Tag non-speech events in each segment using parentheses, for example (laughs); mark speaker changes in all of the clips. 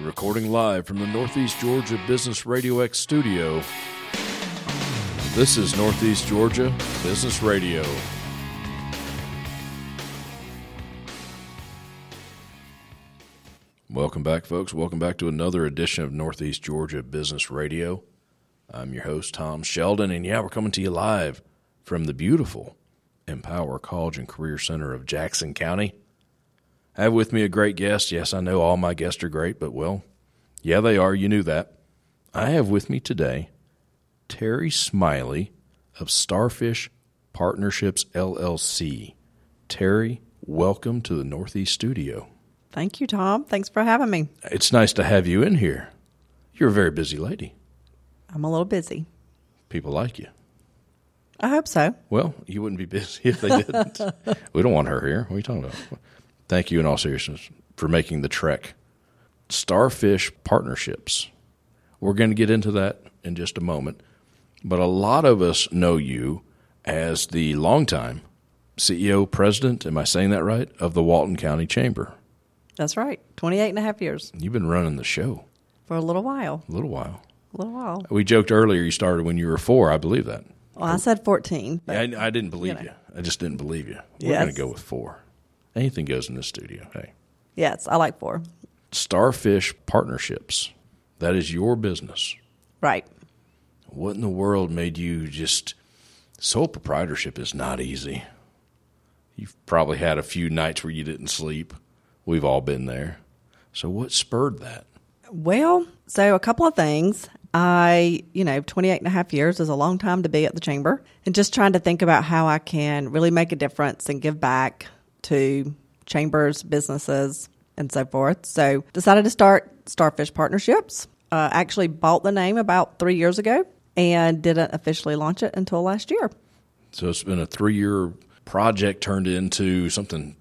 Speaker 1: Recording live from the Northeast Georgia Business Radio X studio, this is Northeast Georgia Business Radio. Welcome back, folks. Welcome back to another edition of Northeast Georgia Business Radio. I'm your host, Tom Sheldon, and yeah, we're coming to you live from the beautiful Empower College and Career Center of Jackson County. I have with me a great guest. Yes, I know all my guests are great, but well, yeah, they are. You knew that. I have with me today Terry Smiley of Starfish Partnerships LLC. Terry, welcome to the Northeast Studio.
Speaker 2: Thank you, Tom. Thanks for having me.
Speaker 1: It's nice to have you in here. You're a very busy lady.
Speaker 2: I'm a little busy.
Speaker 1: People like you.
Speaker 2: I hope so.
Speaker 1: Well, you wouldn't be busy (laughs) if they didn't. we don't want her here. What are you talking about? Thank you, in all seriousness, for making the trek. Starfish partnerships. We're going to get into that in just a moment. But a lot of us know you as the longtime CEO, president, am I saying that right? Of the Walton County Chamber.
Speaker 2: That's right. 28 and a half years
Speaker 1: You've been running the show
Speaker 2: for a little while.
Speaker 1: a little while.
Speaker 2: A little while.
Speaker 1: We joked earlier you started when you were four. I believe that.
Speaker 2: Well, I said 14. But
Speaker 1: I, I didn't believe you,
Speaker 2: know.
Speaker 1: I just didn't believe you. We're
Speaker 2: Yes.
Speaker 1: going to go with four. Anything goes in this studio. Hey,
Speaker 2: Yes, I like four.
Speaker 1: Starfish Partnerships. That is your business.
Speaker 2: Right.
Speaker 1: What in the world made you just sole proprietorship is not easy. You've probably had a few nights where you didn't sleep. We've all been there. So what spurred that?
Speaker 2: Well, so a couple of things. I, you know, 28 and a half years is a long time to be at the chamber and just trying to think about how I can really make a difference and give back to chambers, businesses, and so forth. So decided to start Starfish Partnerships. Uh, actually bought the name about three years ago and didn't officially launch it until last year.
Speaker 1: So it's been a 3-year project turned into something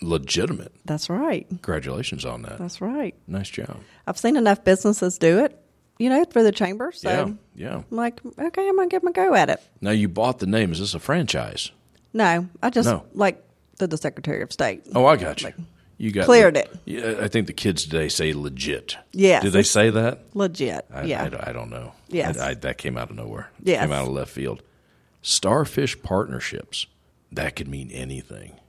Speaker 1: legitimate.
Speaker 2: That's right.
Speaker 1: Congratulations on that.
Speaker 2: That's right.
Speaker 1: Nice job.
Speaker 2: I've seen enough businesses do it, you know, through the chamber. So
Speaker 1: Yeah. Yeah.
Speaker 2: I'm like, okay, I'm going to give them a go at it.
Speaker 1: Now you bought the name. Is this a franchise?
Speaker 2: No, I just
Speaker 1: No.
Speaker 2: like did the Secretary of State.
Speaker 1: Oh, I got you. You got
Speaker 2: cleared it.
Speaker 1: Yeah, I think the kids today say legit.
Speaker 2: Yes,
Speaker 1: Do they
Speaker 2: it's-
Speaker 1: say that?
Speaker 2: Legit.
Speaker 1: I,
Speaker 2: yeah.
Speaker 1: I, don't- I don't know.
Speaker 2: Yes.
Speaker 1: I, I, that came out of nowhere. It
Speaker 2: Yes.
Speaker 1: Came out of left field. Starfish partnerships. That could mean anything.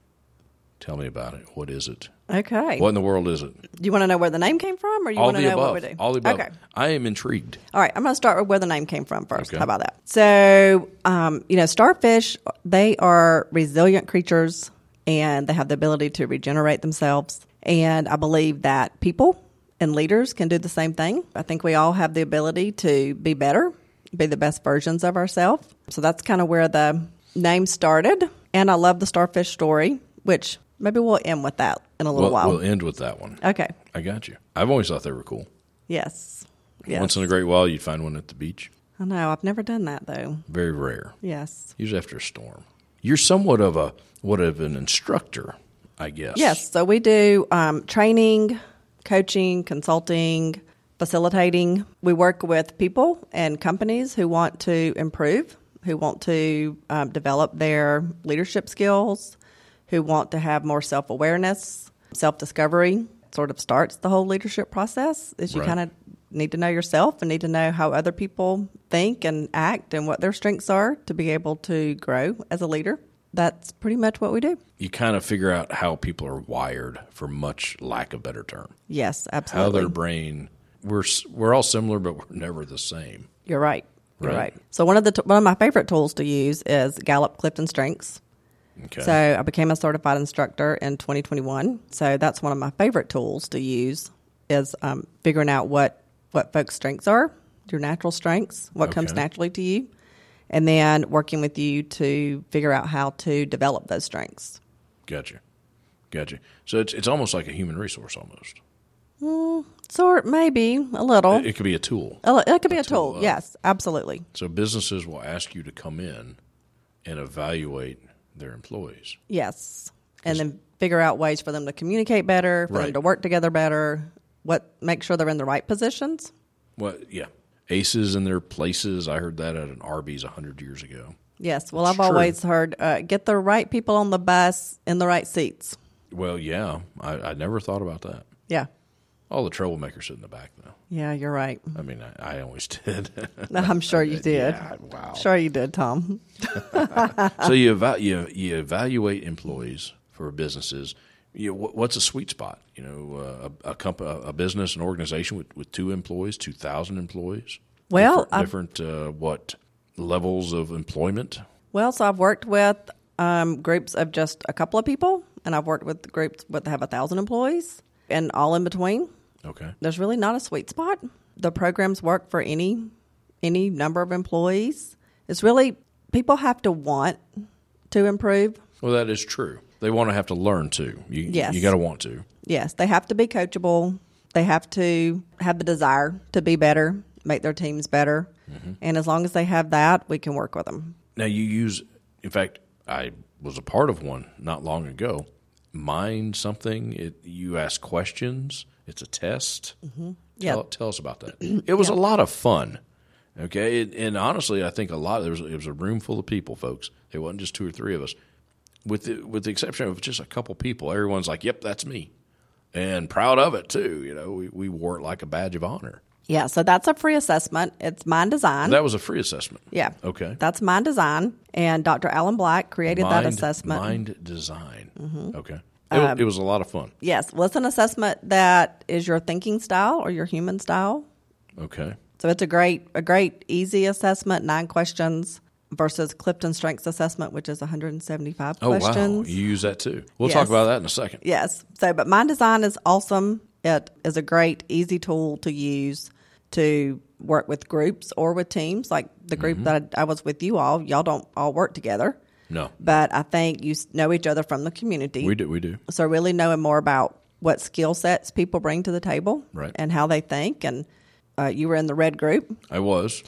Speaker 1: Tell me about it. What is it?
Speaker 2: okay.
Speaker 1: What in the world is it?
Speaker 2: Do you want to know where the name came from or you
Speaker 1: All
Speaker 2: want to
Speaker 1: the
Speaker 2: know
Speaker 1: above.
Speaker 2: what we do?
Speaker 1: All the above.
Speaker 2: Okay.
Speaker 1: I am intrigued.
Speaker 2: All right, I'm going to start with where the name came from first.
Speaker 1: Okay.
Speaker 2: How about that? So, um, you know, starfish, they are resilient creatures and they have the ability to regenerate themselves. And I believe that people and leaders can do the same thing. I think we all have the ability to be better, be the best versions of ourselves. So that's kind of where the name started. And I love the starfish story, which maybe we'll end with that in a little
Speaker 1: We'll,
Speaker 2: while.
Speaker 1: we'll end with that one.
Speaker 2: okay.
Speaker 1: I got you. I've always thought they were cool.
Speaker 2: Yes. Yes.
Speaker 1: Once in a great while, you'd find one at the beach.
Speaker 2: I know. I've never done that though.
Speaker 1: Very rare.
Speaker 2: Yes.
Speaker 1: Usually after a storm. You're somewhat of a what of an instructor, I guess.
Speaker 2: Yes. So we do um, training, coaching, consulting, facilitating. We work with people and companies who want to improve, who want to um, develop their leadership skills, who want to have more self awareness, self discovery. Sort of starts the whole leadership process. Is you
Speaker 1: Right.
Speaker 2: kind of need to know yourself and need to know how other people think and act and what their strengths are to be able to grow as a leader. That's pretty much what we do.
Speaker 1: You kind of figure out how people are wired, for much lack of better term.
Speaker 2: Yes, absolutely.
Speaker 1: how their brain we're s- we're all similar but we're never the same
Speaker 2: You're right. You're
Speaker 1: Right.
Speaker 2: right. So one of the t- one of my favorite tools to use is Gallup Clifton Strengths.
Speaker 1: okay
Speaker 2: So I became a certified instructor in 2021. So that's one of my favorite tools to use is um, figuring out what what folks' strengths are, your natural strengths, what comes
Speaker 1: Okay.
Speaker 2: naturally to you, and then working with you to figure out how to develop those strengths.
Speaker 1: gotcha gotcha so it's it's almost like a human resource almost
Speaker 2: Sort maybe a little.
Speaker 1: it, it could be a tool
Speaker 2: A li- It could be a tool.
Speaker 1: tool of-
Speaker 2: Yes, absolutely.
Speaker 1: so businesses will ask you to come in and evaluate their employees
Speaker 2: Yes. And then figure out ways for them to communicate better, for
Speaker 1: Right.
Speaker 2: them to work together better, what make sure they're in the right positions.
Speaker 1: well yeah aces in their places i heard that at an arby's 100 years ago
Speaker 2: Yes. Well,
Speaker 1: It's
Speaker 2: I've
Speaker 1: true.
Speaker 2: always heard uh, get the right people on the bus in the right seats.
Speaker 1: well yeah i, I never thought about that
Speaker 2: Yeah.
Speaker 1: All the troublemakers sit in the back, though.
Speaker 2: Yeah, you're right.
Speaker 1: I mean, I, I always (laughs) did.
Speaker 2: (laughs) I'm sure you
Speaker 1: (laughs)
Speaker 2: did.
Speaker 1: Yeah, wow.
Speaker 2: Sure you did, Tom.
Speaker 1: so you, eva- you you evaluate employees for businesses. You, wh- what's a sweet spot? You know, uh, a, a, comp- a a business, an organization with, with two employees, two thousand employees.
Speaker 2: Well, I-
Speaker 1: different, different uh, what levels of employment?
Speaker 2: Well, so I've worked with um, groups of just a couple of people, and I've worked with groups that have a thousand employees, and all in between.
Speaker 1: Okay,
Speaker 2: There's really not a sweet spot. The programs work for any any number of employees. It's really people have to want to improve.
Speaker 1: well that is true. They want to have to learn to. You,
Speaker 2: Yes.
Speaker 1: you got to want to.
Speaker 2: Yes, they have to be coachable. They have to have the desire to be better, make their teams better,
Speaker 1: Mm-hmm.
Speaker 2: and as long as they have that, we can work with them.
Speaker 1: Now you use. In fact, I was a part of one not long ago. Mind something. It, you ask questions. It's a test. Mm-hmm.
Speaker 2: Yeah.
Speaker 1: Tell, tell us
Speaker 2: (clears throat)
Speaker 1: about that. It was a lot of fun. Okay, and, and honestly, I think a lot. There was it was a room full of people, folks. It wasn't just two or three of us. With the, with the exception of just a couple people, everyone's like, "Yep, that's me," and proud of it too. You know, we, we wore it like a badge of honor.
Speaker 2: Yeah, so that's a free assessment. It's mind design.
Speaker 1: That was a free assessment.
Speaker 2: Yeah.
Speaker 1: Okay.
Speaker 2: That's Mind Design. And Dr. Alan Black created
Speaker 1: mind,
Speaker 2: that assessment. Mm-hmm. Um,
Speaker 1: Mind design. Okay. It, wa- it was a lot of fun.
Speaker 2: Yes. Well, it's an assessment that is your thinking style or your human style.
Speaker 1: Okay.
Speaker 2: So it's a great, a great easy assessment, nine questions versus Clifton Strengths Assessment, which is 175
Speaker 1: Oh wow,
Speaker 2: questions.
Speaker 1: you use that too. We'll talk
Speaker 2: Yes.
Speaker 1: about that in a second.
Speaker 2: Yes. So, but Mind Design is awesome. It is a great, easy tool to use to work with groups or with teams, like the group
Speaker 1: Mm-hmm.
Speaker 2: that I, I was with you all. Y'all don't all work together.
Speaker 1: No,
Speaker 2: but I think you s- know each other from the community.
Speaker 1: we do. We do.
Speaker 2: So really knowing more about what skill sets people bring to the table
Speaker 1: Right.
Speaker 2: and how they think. And uh, you were in the red group,
Speaker 1: I was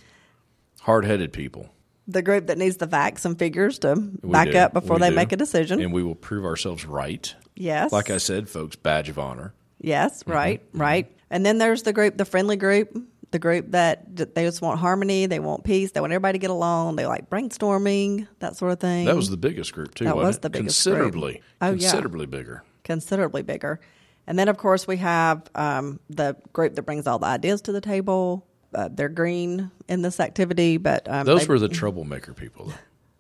Speaker 1: hard-headed people,
Speaker 2: the group that needs the facts and figures to
Speaker 1: We
Speaker 2: back
Speaker 1: do.
Speaker 2: up before
Speaker 1: We
Speaker 2: they
Speaker 1: do.
Speaker 2: make a decision.
Speaker 1: and we will prove ourselves right.
Speaker 2: yes.
Speaker 1: Like I Mm-hmm. said, folks, badge of honor.
Speaker 2: Yes, right, right. And then there's the group, the friendly group, the group that d- they just want harmony, they want peace, they want everybody to get along, they like brainstorming, that sort of thing.
Speaker 1: That was the biggest group too.
Speaker 2: That
Speaker 1: wasn't
Speaker 2: was
Speaker 1: it?
Speaker 2: the biggest group.
Speaker 1: considerably,
Speaker 2: Oh, yeah.
Speaker 1: considerably bigger.
Speaker 2: considerably bigger. And then, of course, we have um, the group that brings all the ideas to the table. Uh, they're green in this activity, but um,
Speaker 1: Those
Speaker 2: they,
Speaker 1: were the troublemaker people.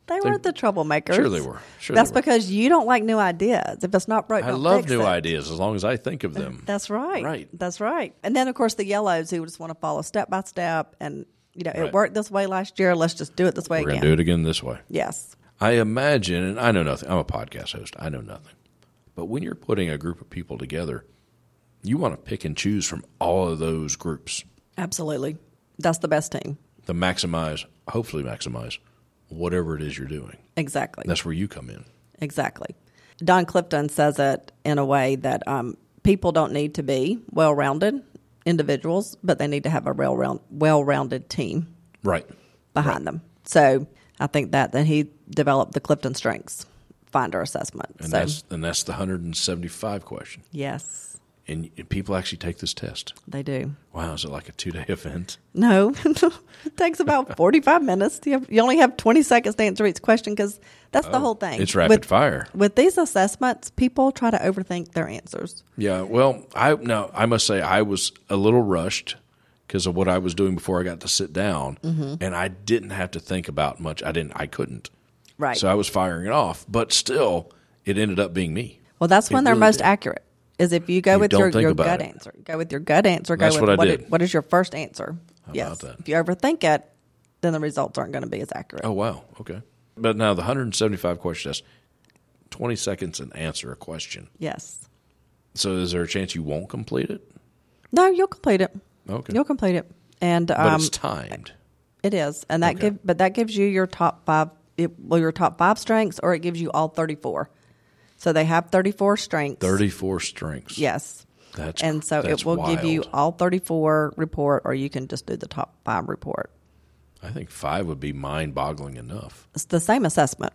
Speaker 1: Though.
Speaker 2: they were the troublemakers.
Speaker 1: Sure they were. Sure
Speaker 2: That's
Speaker 1: they were.
Speaker 2: because you don't like new ideas. If it's not broke,
Speaker 1: I
Speaker 2: don't
Speaker 1: love
Speaker 2: fix
Speaker 1: new
Speaker 2: it.
Speaker 1: ideas as long as I think of them.
Speaker 2: That's right.
Speaker 1: Right.
Speaker 2: That's right. And then, of course, the yellows who just want to follow step by step, and you know,
Speaker 1: Right.
Speaker 2: it worked this way last year. Let's just do it this way
Speaker 1: We're gonna
Speaker 2: again.
Speaker 1: do it again this way.
Speaker 2: Yes.
Speaker 1: I imagine, and I know nothing. I'm a podcast host. I know nothing. But when you're putting a group of people together, you want to pick and choose from all of those groups
Speaker 2: Absolutely. That's the best team.
Speaker 1: to maximize, hopefully maximize, whatever it is you're doing.
Speaker 2: Exactly.
Speaker 1: That's where you come in.
Speaker 2: Exactly. Don Clifton says it in a way that um, people don't need to be well rounded individuals, but they need to have a well round, well rounded team
Speaker 1: Right.
Speaker 2: behind them. So I think that then he developed the Clifton Strengths Finder assessment.
Speaker 1: And
Speaker 2: so
Speaker 1: that's and that's the 175 question.
Speaker 2: yes,
Speaker 1: And, and people actually take this test.
Speaker 2: they do.
Speaker 1: Wow, is it like a two day (laughs) event?
Speaker 2: No, (laughs) it takes about forty five minutes. You, have, you only have twenty seconds to answer each question because that's the whole thing.
Speaker 1: Oh, It's rapid
Speaker 2: with,
Speaker 1: fire.
Speaker 2: with these assessments. People try to overthink their answers.
Speaker 1: Yeah. Well, I no, I must say I was a little rushed because of what I was doing before I got to sit down,
Speaker 2: Mm-hmm.
Speaker 1: and I didn't have to think about much. I didn't. I couldn't.
Speaker 2: Right.
Speaker 1: So I was firing it off, but still, it ended up being me.
Speaker 2: Well, that's when
Speaker 1: It
Speaker 2: they're
Speaker 1: really
Speaker 2: most
Speaker 1: did.
Speaker 2: accurate. Is if you go with
Speaker 1: don't
Speaker 2: your,
Speaker 1: think
Speaker 2: your
Speaker 1: about
Speaker 2: gut
Speaker 1: it.
Speaker 2: answer. Go with your gut answer. Go
Speaker 1: That's
Speaker 2: with
Speaker 1: what I
Speaker 2: what,
Speaker 1: did.
Speaker 2: i- what is your first answer? yes.
Speaker 1: that?
Speaker 2: If you overthink it, then the results aren't going to be as accurate.
Speaker 1: Oh wow. Okay. But now the 175 question test, 20 seconds and answer a question.
Speaker 2: Yes.
Speaker 1: So is there a chance you won't complete it?
Speaker 2: No, you'll complete it.
Speaker 1: Okay.
Speaker 2: You'll complete it, and
Speaker 1: But
Speaker 2: um,
Speaker 1: it's timed.
Speaker 2: it is, and that
Speaker 1: Okay.
Speaker 2: give but that gives you your top five. It, well, your top five strengths, or it gives you all thirty four. So they have thirty four strengths.
Speaker 1: 34 strengths.
Speaker 2: Yes.
Speaker 1: That's
Speaker 2: and so
Speaker 1: that's
Speaker 2: it will give you
Speaker 1: wild.
Speaker 2: all 34 report or you can just do the top five report
Speaker 1: I think five would be mind boggling enough.
Speaker 2: it's the same assessment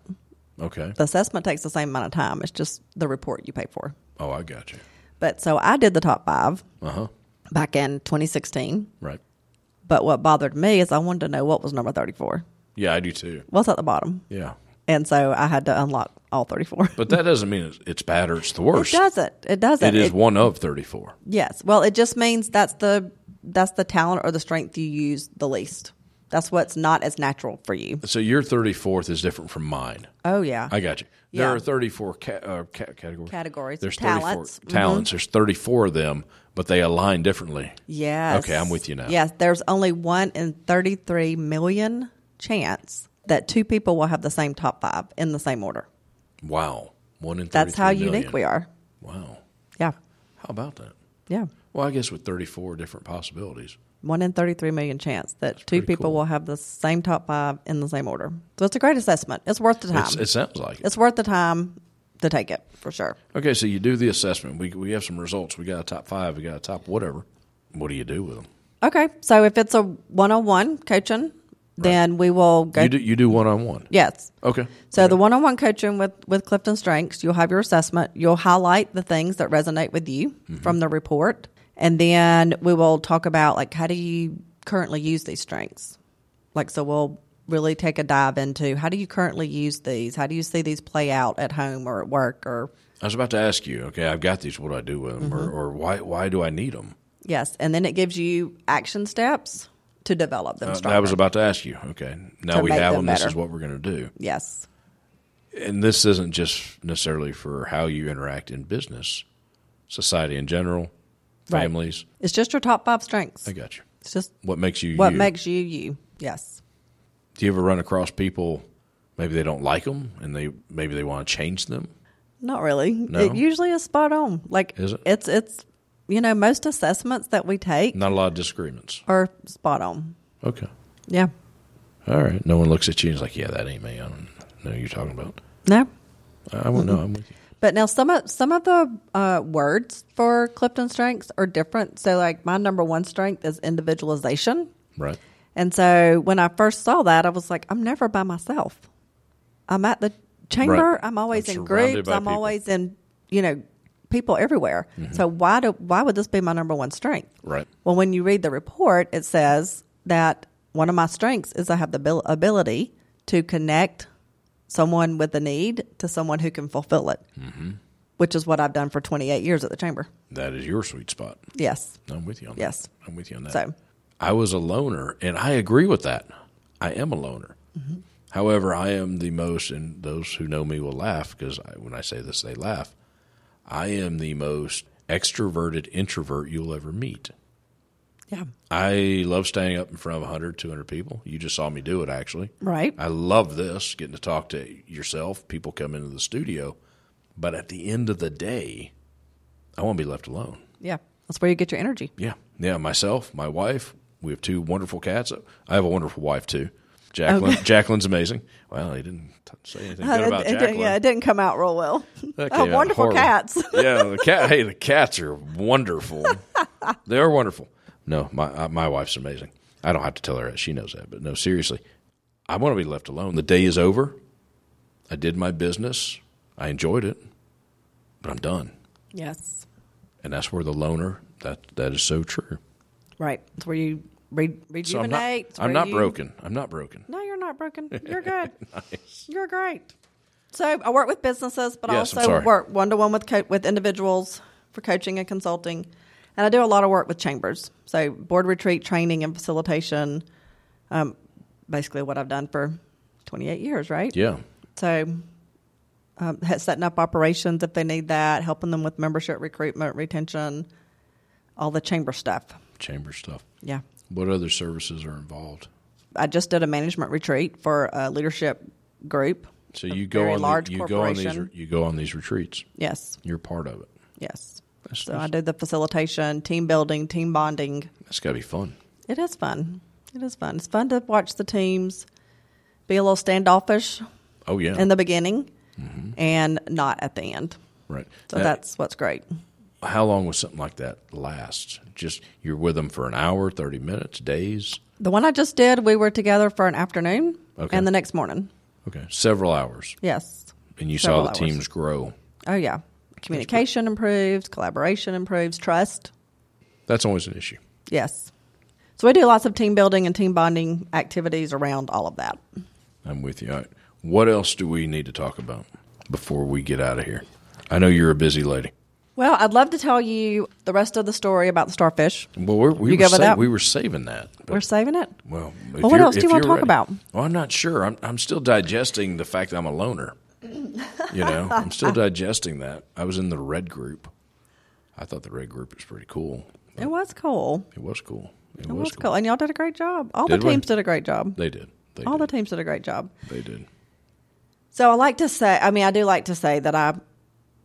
Speaker 1: Okay.
Speaker 2: the assessment takes the same amount of time. It's just the report you pay for.
Speaker 1: Oh, I got you.
Speaker 2: But so I did the top five
Speaker 1: Uh huh.
Speaker 2: back in 2016.
Speaker 1: Right.
Speaker 2: But what bothered me is I wanted to know what was number 34.
Speaker 1: Yeah, I do too.
Speaker 2: What's at the bottom?
Speaker 1: Yeah.
Speaker 2: And so I had to unlock all 34.
Speaker 1: But that doesn't mean it's- it's bad or it's the worst.
Speaker 2: It doesn't. It doesn't.
Speaker 1: It is
Speaker 2: It-
Speaker 1: one of 34.
Speaker 2: Yes. Well, it just means that's the that's the talent or the strength you use the least. That's what's not as natural for you.
Speaker 1: So your 34th is different from mine.
Speaker 2: Oh yeah.
Speaker 1: I got you.
Speaker 2: Yeah.
Speaker 1: There are 34 ca- uh, ca- categories.
Speaker 2: Categories.
Speaker 1: There's
Speaker 2: Talents. Mm-hmm.
Speaker 1: 34 talents. There's 34 of them, but they align differently.
Speaker 2: yes.
Speaker 1: Okay, I'm with you now.
Speaker 2: Yes, there's only one in 33 million chance that two people will have the same top 5 in the same order.
Speaker 1: Wow. One in
Speaker 2: That's how
Speaker 1: 33
Speaker 2: unique
Speaker 1: million.
Speaker 2: we are.
Speaker 1: Wow.
Speaker 2: Yeah.
Speaker 1: How about that?
Speaker 2: Yeah.
Speaker 1: Well, I guess with 34 different possibilities.
Speaker 2: One in 33 million chance that two
Speaker 1: pretty
Speaker 2: people
Speaker 1: cool.
Speaker 2: will have the same top 5 in the same order. So it's a great assessment. It's worth the time.
Speaker 1: It's, it sounds like it.
Speaker 2: it's worth the time to take it for sure.
Speaker 1: Okay, so you do the assessment. We, we have some results. We got a top five. We got a top whatever. What do you do with them?
Speaker 2: Okay, so if it's a one-on-one coaching, then we will go.
Speaker 1: You do you do one on one.
Speaker 2: yes.
Speaker 1: Okay.
Speaker 2: So the one-on-one coaching with with Clifton Strengths, you'll have your assessment. You'll highlight the things that resonate with you
Speaker 1: Mm-hmm.
Speaker 2: from the report, and then we will talk about like how do you currently use these strengths. Like so, we'll really take a dive into how do you currently use these? How do you see these play out at home or at work or
Speaker 1: I was about to ask you. Okay, I've got these. What do I do with them, or,
Speaker 2: Mm-hmm.
Speaker 1: or why why do I need them?
Speaker 2: yes? And then it gives you action steps to develop them. stronger.
Speaker 1: I Uh, was about to ask you. Okay, now
Speaker 2: To
Speaker 1: we
Speaker 2: make
Speaker 1: have them.
Speaker 2: them
Speaker 1: This
Speaker 2: better.
Speaker 1: is what we're going to do.
Speaker 2: yes.
Speaker 1: And this isn't just necessarily for how you interact in business, society in general,
Speaker 2: Right.
Speaker 1: families.
Speaker 2: It's just your top five strengths.
Speaker 1: I got you.
Speaker 2: It's just
Speaker 1: What makes you?
Speaker 2: What
Speaker 1: you?
Speaker 2: makes you you? Yes.
Speaker 1: Do you ever run across people? Maybe they don't like them, and they maybe they want to change them.
Speaker 2: Not really.
Speaker 1: No?
Speaker 2: It usually is spot on. Like
Speaker 1: Is it?
Speaker 2: it's it's you know, most assessments that we take
Speaker 1: Not a lot of disagreements.
Speaker 2: are spot on.
Speaker 1: Okay.
Speaker 2: Yeah.
Speaker 1: All right. No one looks at you and is like, "Yeah, that ain't me." I don't know what you're talking about.
Speaker 2: No.
Speaker 1: I won't know. I'm with you.
Speaker 2: But now some of some of the uh, words for Clifton strengths are different. So like my number one strength is individualization.
Speaker 1: Right.
Speaker 2: And so when I first saw that I was like, I'm never by myself. I'm at the chamber,
Speaker 1: Right.
Speaker 2: I'm always
Speaker 1: I'm
Speaker 2: in
Speaker 1: surrounded
Speaker 2: groups,
Speaker 1: by
Speaker 2: I'm
Speaker 1: people. Mm-hmm.
Speaker 2: always in, you know, people everywhere. So why do why would this be my number one strength?
Speaker 1: Right.
Speaker 2: Well, when you read the report, it says that one of my strengths is I have the abil- ability to connect someone with a need to someone who can fulfill it,
Speaker 1: Mm-hmm.
Speaker 2: which is what I've done for 28 years at the chamber.
Speaker 1: That is your sweet spot.
Speaker 2: Yes.
Speaker 1: I'm with you on that.
Speaker 2: Yes.
Speaker 1: I'm with you on that.
Speaker 2: So-
Speaker 1: I was a loner, and I agree with that. I am a loner.
Speaker 2: Mm-hmm.
Speaker 1: However, I am the most, and those who know me will laugh because I, when I say this, they laugh. I am the most extroverted introvert you'll ever meet.
Speaker 2: Yeah.
Speaker 1: I love standing up in front of 100, 200 people. You just saw me do it, actually.
Speaker 2: Right.
Speaker 1: I love this, getting to talk to yourself. People come into the studio. But at the end of the day, I want to be left alone.
Speaker 2: Yeah. That's where you get your energy.
Speaker 1: Yeah. Yeah. Myself, my wife, we have two wonderful cats. I have a wonderful wife too. Jacqueline. Jacqueline's amazing. Well, he didn't t- say anything good about
Speaker 2: It- it didn't-
Speaker 1: Jacqueline.
Speaker 2: Uh, yeah, it didn't come out real well. (laughs)
Speaker 1: That
Speaker 2: I have
Speaker 1: came out
Speaker 2: wonderful
Speaker 1: horrible.
Speaker 2: cats. (laughs)
Speaker 1: yeah, the cat. Hey, the cats are wonderful. they are wonderful. No, my uh, my wife's amazing. I don't have to tell her that. She knows that. But no, seriously, I want to be left alone. The day is over. I did my business. I enjoyed it, but I'm done.
Speaker 2: Yes.
Speaker 1: And that's where the loner. That that is so true.
Speaker 2: Right. It's where you re- rejuvenate.
Speaker 1: So I'm not.
Speaker 2: It's
Speaker 1: I'm
Speaker 2: where
Speaker 1: not
Speaker 2: you-
Speaker 1: broken. I'm not broken.
Speaker 2: No, you're
Speaker 1: (laughs)
Speaker 2: not broken. You're good. You're great. So I work with businesses, but I
Speaker 1: Yes, I'm
Speaker 2: also
Speaker 1: sorry.
Speaker 2: work one to one with co- with individuals for coaching and consulting, and I do a lot of work with chambers. So board retreat training and facilitation, um, basically what I've done for 28 years, right?
Speaker 1: Yeah.
Speaker 2: So um, ha- setting up operations if they need that, helping them with membership recruitment, retention, all the chamber stuff.
Speaker 1: Chamber stuff.
Speaker 2: Yeah.
Speaker 1: What other services are involved?
Speaker 2: I just did a management retreat for a leadership group.
Speaker 1: So
Speaker 2: a
Speaker 1: you go
Speaker 2: very
Speaker 1: on the-
Speaker 2: large
Speaker 1: you go on these
Speaker 2: corporation.
Speaker 1: you go on these retreats.
Speaker 2: Yes,
Speaker 1: You're part of it.
Speaker 2: yes.
Speaker 1: That's-
Speaker 2: so I do the facilitation, team building, team bonding.
Speaker 1: That's got to be fun.
Speaker 2: It is fun. It is fun. It's fun to watch the teams be a little standoffish
Speaker 1: Oh yeah.
Speaker 2: in the beginning and not at the end.
Speaker 1: right.
Speaker 2: So
Speaker 1: Now,
Speaker 2: that's what's great.
Speaker 1: how long would something like that last? Just you're with them for an hour, thirty minutes, days.
Speaker 2: The one I just did, we were together for an afternoon
Speaker 1: Okay.
Speaker 2: and the next morning.
Speaker 1: Okay, several hours,
Speaker 2: Yes.
Speaker 1: and you
Speaker 2: Several
Speaker 1: saw the
Speaker 2: hours.
Speaker 1: teams grow.
Speaker 2: Oh, yeah. Communication improves, collaboration improves, trust.
Speaker 1: That's always an issue.
Speaker 2: Yes. So we do lots of team building and team bonding activities around all of that.
Speaker 1: I'm with you. All right. What else do we need to talk about before we get out of here? I know you're a busy lady.
Speaker 2: Well, I'd love to tell you the rest of the story about the starfish.
Speaker 1: Well, we're, we,
Speaker 2: You
Speaker 1: were
Speaker 2: go with
Speaker 1: sa-
Speaker 2: that?
Speaker 1: we were saving that. but-
Speaker 2: We're saving it.
Speaker 1: well, if
Speaker 2: what
Speaker 1: you're-
Speaker 2: else do
Speaker 1: if
Speaker 2: you wanna
Speaker 1: you're
Speaker 2: talk about?
Speaker 1: Well, I'm not sure. I'm, I'm still digesting the fact that I'm a loner. You know, I'm
Speaker 2: (laughs)
Speaker 1: still digesting that. I was in the red group. I thought the red group was pretty cool.
Speaker 2: It was cool.
Speaker 1: It was cool. It,
Speaker 2: It was cool. And y'all did a great job. All
Speaker 1: Did
Speaker 2: the
Speaker 1: we?
Speaker 2: teams did a great job.
Speaker 1: They did. They
Speaker 2: All the
Speaker 1: did.
Speaker 2: teams did a great job.
Speaker 1: they did.
Speaker 2: So I like to say, I mean, I do like to say that I,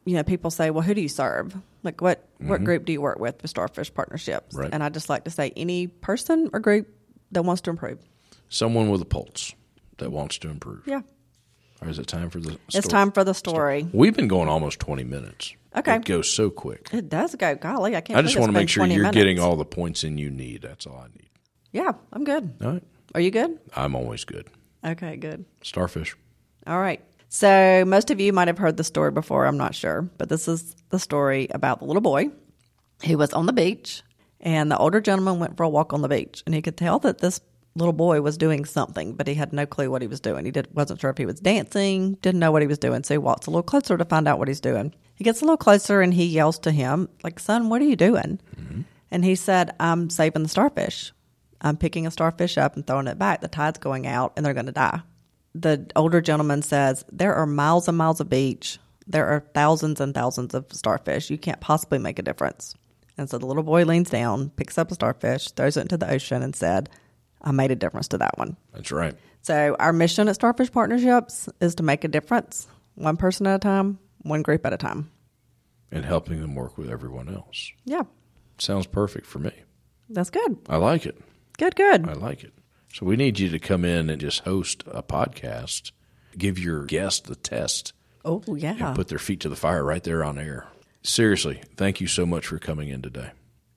Speaker 2: you know, people say, well, who do you serve? Like, what what group do you work with with Starfish Partnerships?
Speaker 1: Mm-hmm. Right.
Speaker 2: And I just like to say, any person or group that wants to improve.
Speaker 1: Someone with a pulse that wants to improve.
Speaker 2: Yeah,
Speaker 1: Or is it time for the?
Speaker 2: it's
Speaker 1: story?
Speaker 2: time for the story.
Speaker 1: We've been going almost 20 minutes.
Speaker 2: Okay.
Speaker 1: It goes so quick.
Speaker 2: It does go, golly, I can't.
Speaker 1: I just
Speaker 2: believe
Speaker 1: want
Speaker 2: it's
Speaker 1: to
Speaker 2: been
Speaker 1: make sure
Speaker 2: 20
Speaker 1: you're getting
Speaker 2: minutes.
Speaker 1: all the points in you need. That's all I need.
Speaker 2: Yeah, I'm good.
Speaker 1: All right.
Speaker 2: Are you good?
Speaker 1: I'm always good.
Speaker 2: Okay, good.
Speaker 1: Starfish.
Speaker 2: All right. So, most of you might have heard the story before, I'm not sure, but this is the story about the little boy who was on the beach, and the older gentleman went for a walk on the beach, and he could tell that this little boy was doing something, but he had no clue what he was doing. He did, wasn't sure if he was dancing, didn't know what he was doing, so he walks a little closer to find out what he's doing. He gets a little closer and he yells to him, like, "Son, what are you doing?" And he said, "I'm saving the starfish. I'm picking a starfish up and throwing it back. The tide's going out, and they're going to die." the older gentleman says, There are miles and miles of beach. There are thousands and thousands of starfish. You can't possibly make a difference. And so the little boy leans down, picks up a starfish, throws it into the ocean, and said, I made a difference to that one.
Speaker 1: That's right.
Speaker 2: So, our mission at Starfish Partnerships is to make a difference one person at a time, one group at a time.
Speaker 1: And helping them work with everyone else.
Speaker 2: Yeah,
Speaker 1: Sounds perfect for me.
Speaker 2: that's good.
Speaker 1: I like it.
Speaker 2: Good, good.
Speaker 1: I like it. So we need you to come in and just host a podcast, give your guest the test,
Speaker 2: Oh,
Speaker 1: and
Speaker 2: yeah.
Speaker 1: put their feet to the fire right there on air. Seriously, thank you so much for coming in today.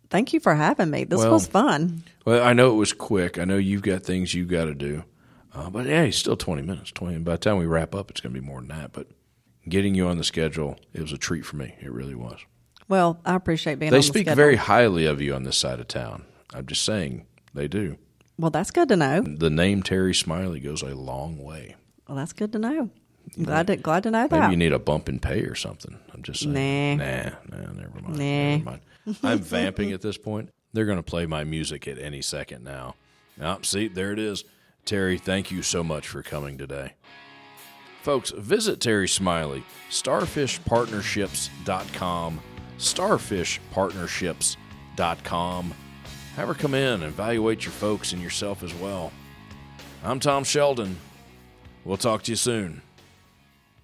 Speaker 2: Thank you for having me. This
Speaker 1: Well-
Speaker 2: was fun.
Speaker 1: Well, I know it was quick. I know you've got things you've got to do, uh, but hey, it's still twenty minutes. Twenty. By the time we wrap up, it's going to be more than that. But getting you on the schedule, it was a treat for me. It really was.
Speaker 2: Well, I appreciate being
Speaker 1: They
Speaker 2: on the
Speaker 1: speak
Speaker 2: schedule.
Speaker 1: very highly of you on this side of town. I'm just saying they do.
Speaker 2: well, that's good to know.
Speaker 1: The name Terry Smiley goes a long way.
Speaker 2: Well, that's good to know. I'm glad to, glad to know
Speaker 1: Maybe
Speaker 2: that.
Speaker 1: you need a bump in pay or something. I'm just saying.
Speaker 2: Nah.
Speaker 1: Nah, nah, never mind.
Speaker 2: Nah. (laughs)
Speaker 1: Never mind. I'm vamping at this point. They're going to play my music at any second now. Oh, see, there it is. Terry, thank you so much for coming today. Folks, visit Terry Smiley, starfishpartnerships.com, starfishpartnerships.com. Have her come in, evaluate your folks and yourself as well. I'm Tom Sheldon. We'll talk to you soon.